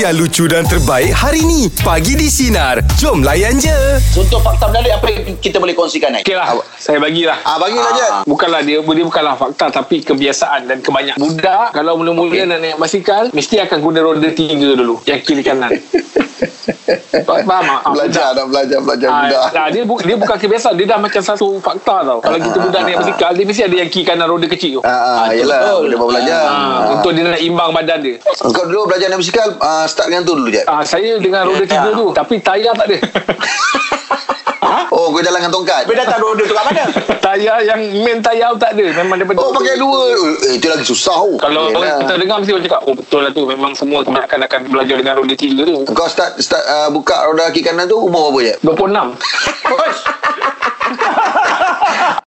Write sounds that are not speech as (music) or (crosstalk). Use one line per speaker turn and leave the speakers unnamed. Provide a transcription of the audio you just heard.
yang lucu dan terbaik hari ni. Pagi di Sinar. Jom layan je.
Contoh fakta menarik apa yang kita boleh kongsikan naik?
Okey lah, saya bagilah.
Ah, bagilah, Jad.
Bukanlah dia, dia bukanlah fakta tapi kebiasaan dan kebanyakan. Budak kalau mula-mula
Okey.
nak naik basikal, mesti akan guna roda tiga dulu. Yang kiri kanan. Faham tak? Ah,
Belajar nak belajar belajar
Ah,
budak.
Nah, dia, bu- dia bukan kebiasaan Dia dah macam satu fakta tau Kalau kita budak naik basikal Dia mesti ada yang kiri kanan roda kecil tu
Ah, ah, yelah, dia baru belajar.
Ah, Untuk dia nak imbang badan dia
Kau dulu belajar naik basikal ah, start dengan tu dulu je.
ah, Saya dengan roda
Ya,
tiga
tak.
tu Tapi tayar
(laughs)
tak ada Ah?
Oh, kau jalan dengan tongkat.
Tapi dah tak roda tu kat mana?
Tayar yang main tayar pun tak ada Memang daripada
Oh, pakai dua. Eh, itu lagi susah. Oh.
Kalau
Yelah.
kita dengar mesti orang cakap Oh betul lah tu Memang semua kebanyakan akan belajar dengan roda tiga tu
kau start start ah, buka roda kaki kanan tu umur berapa je?
26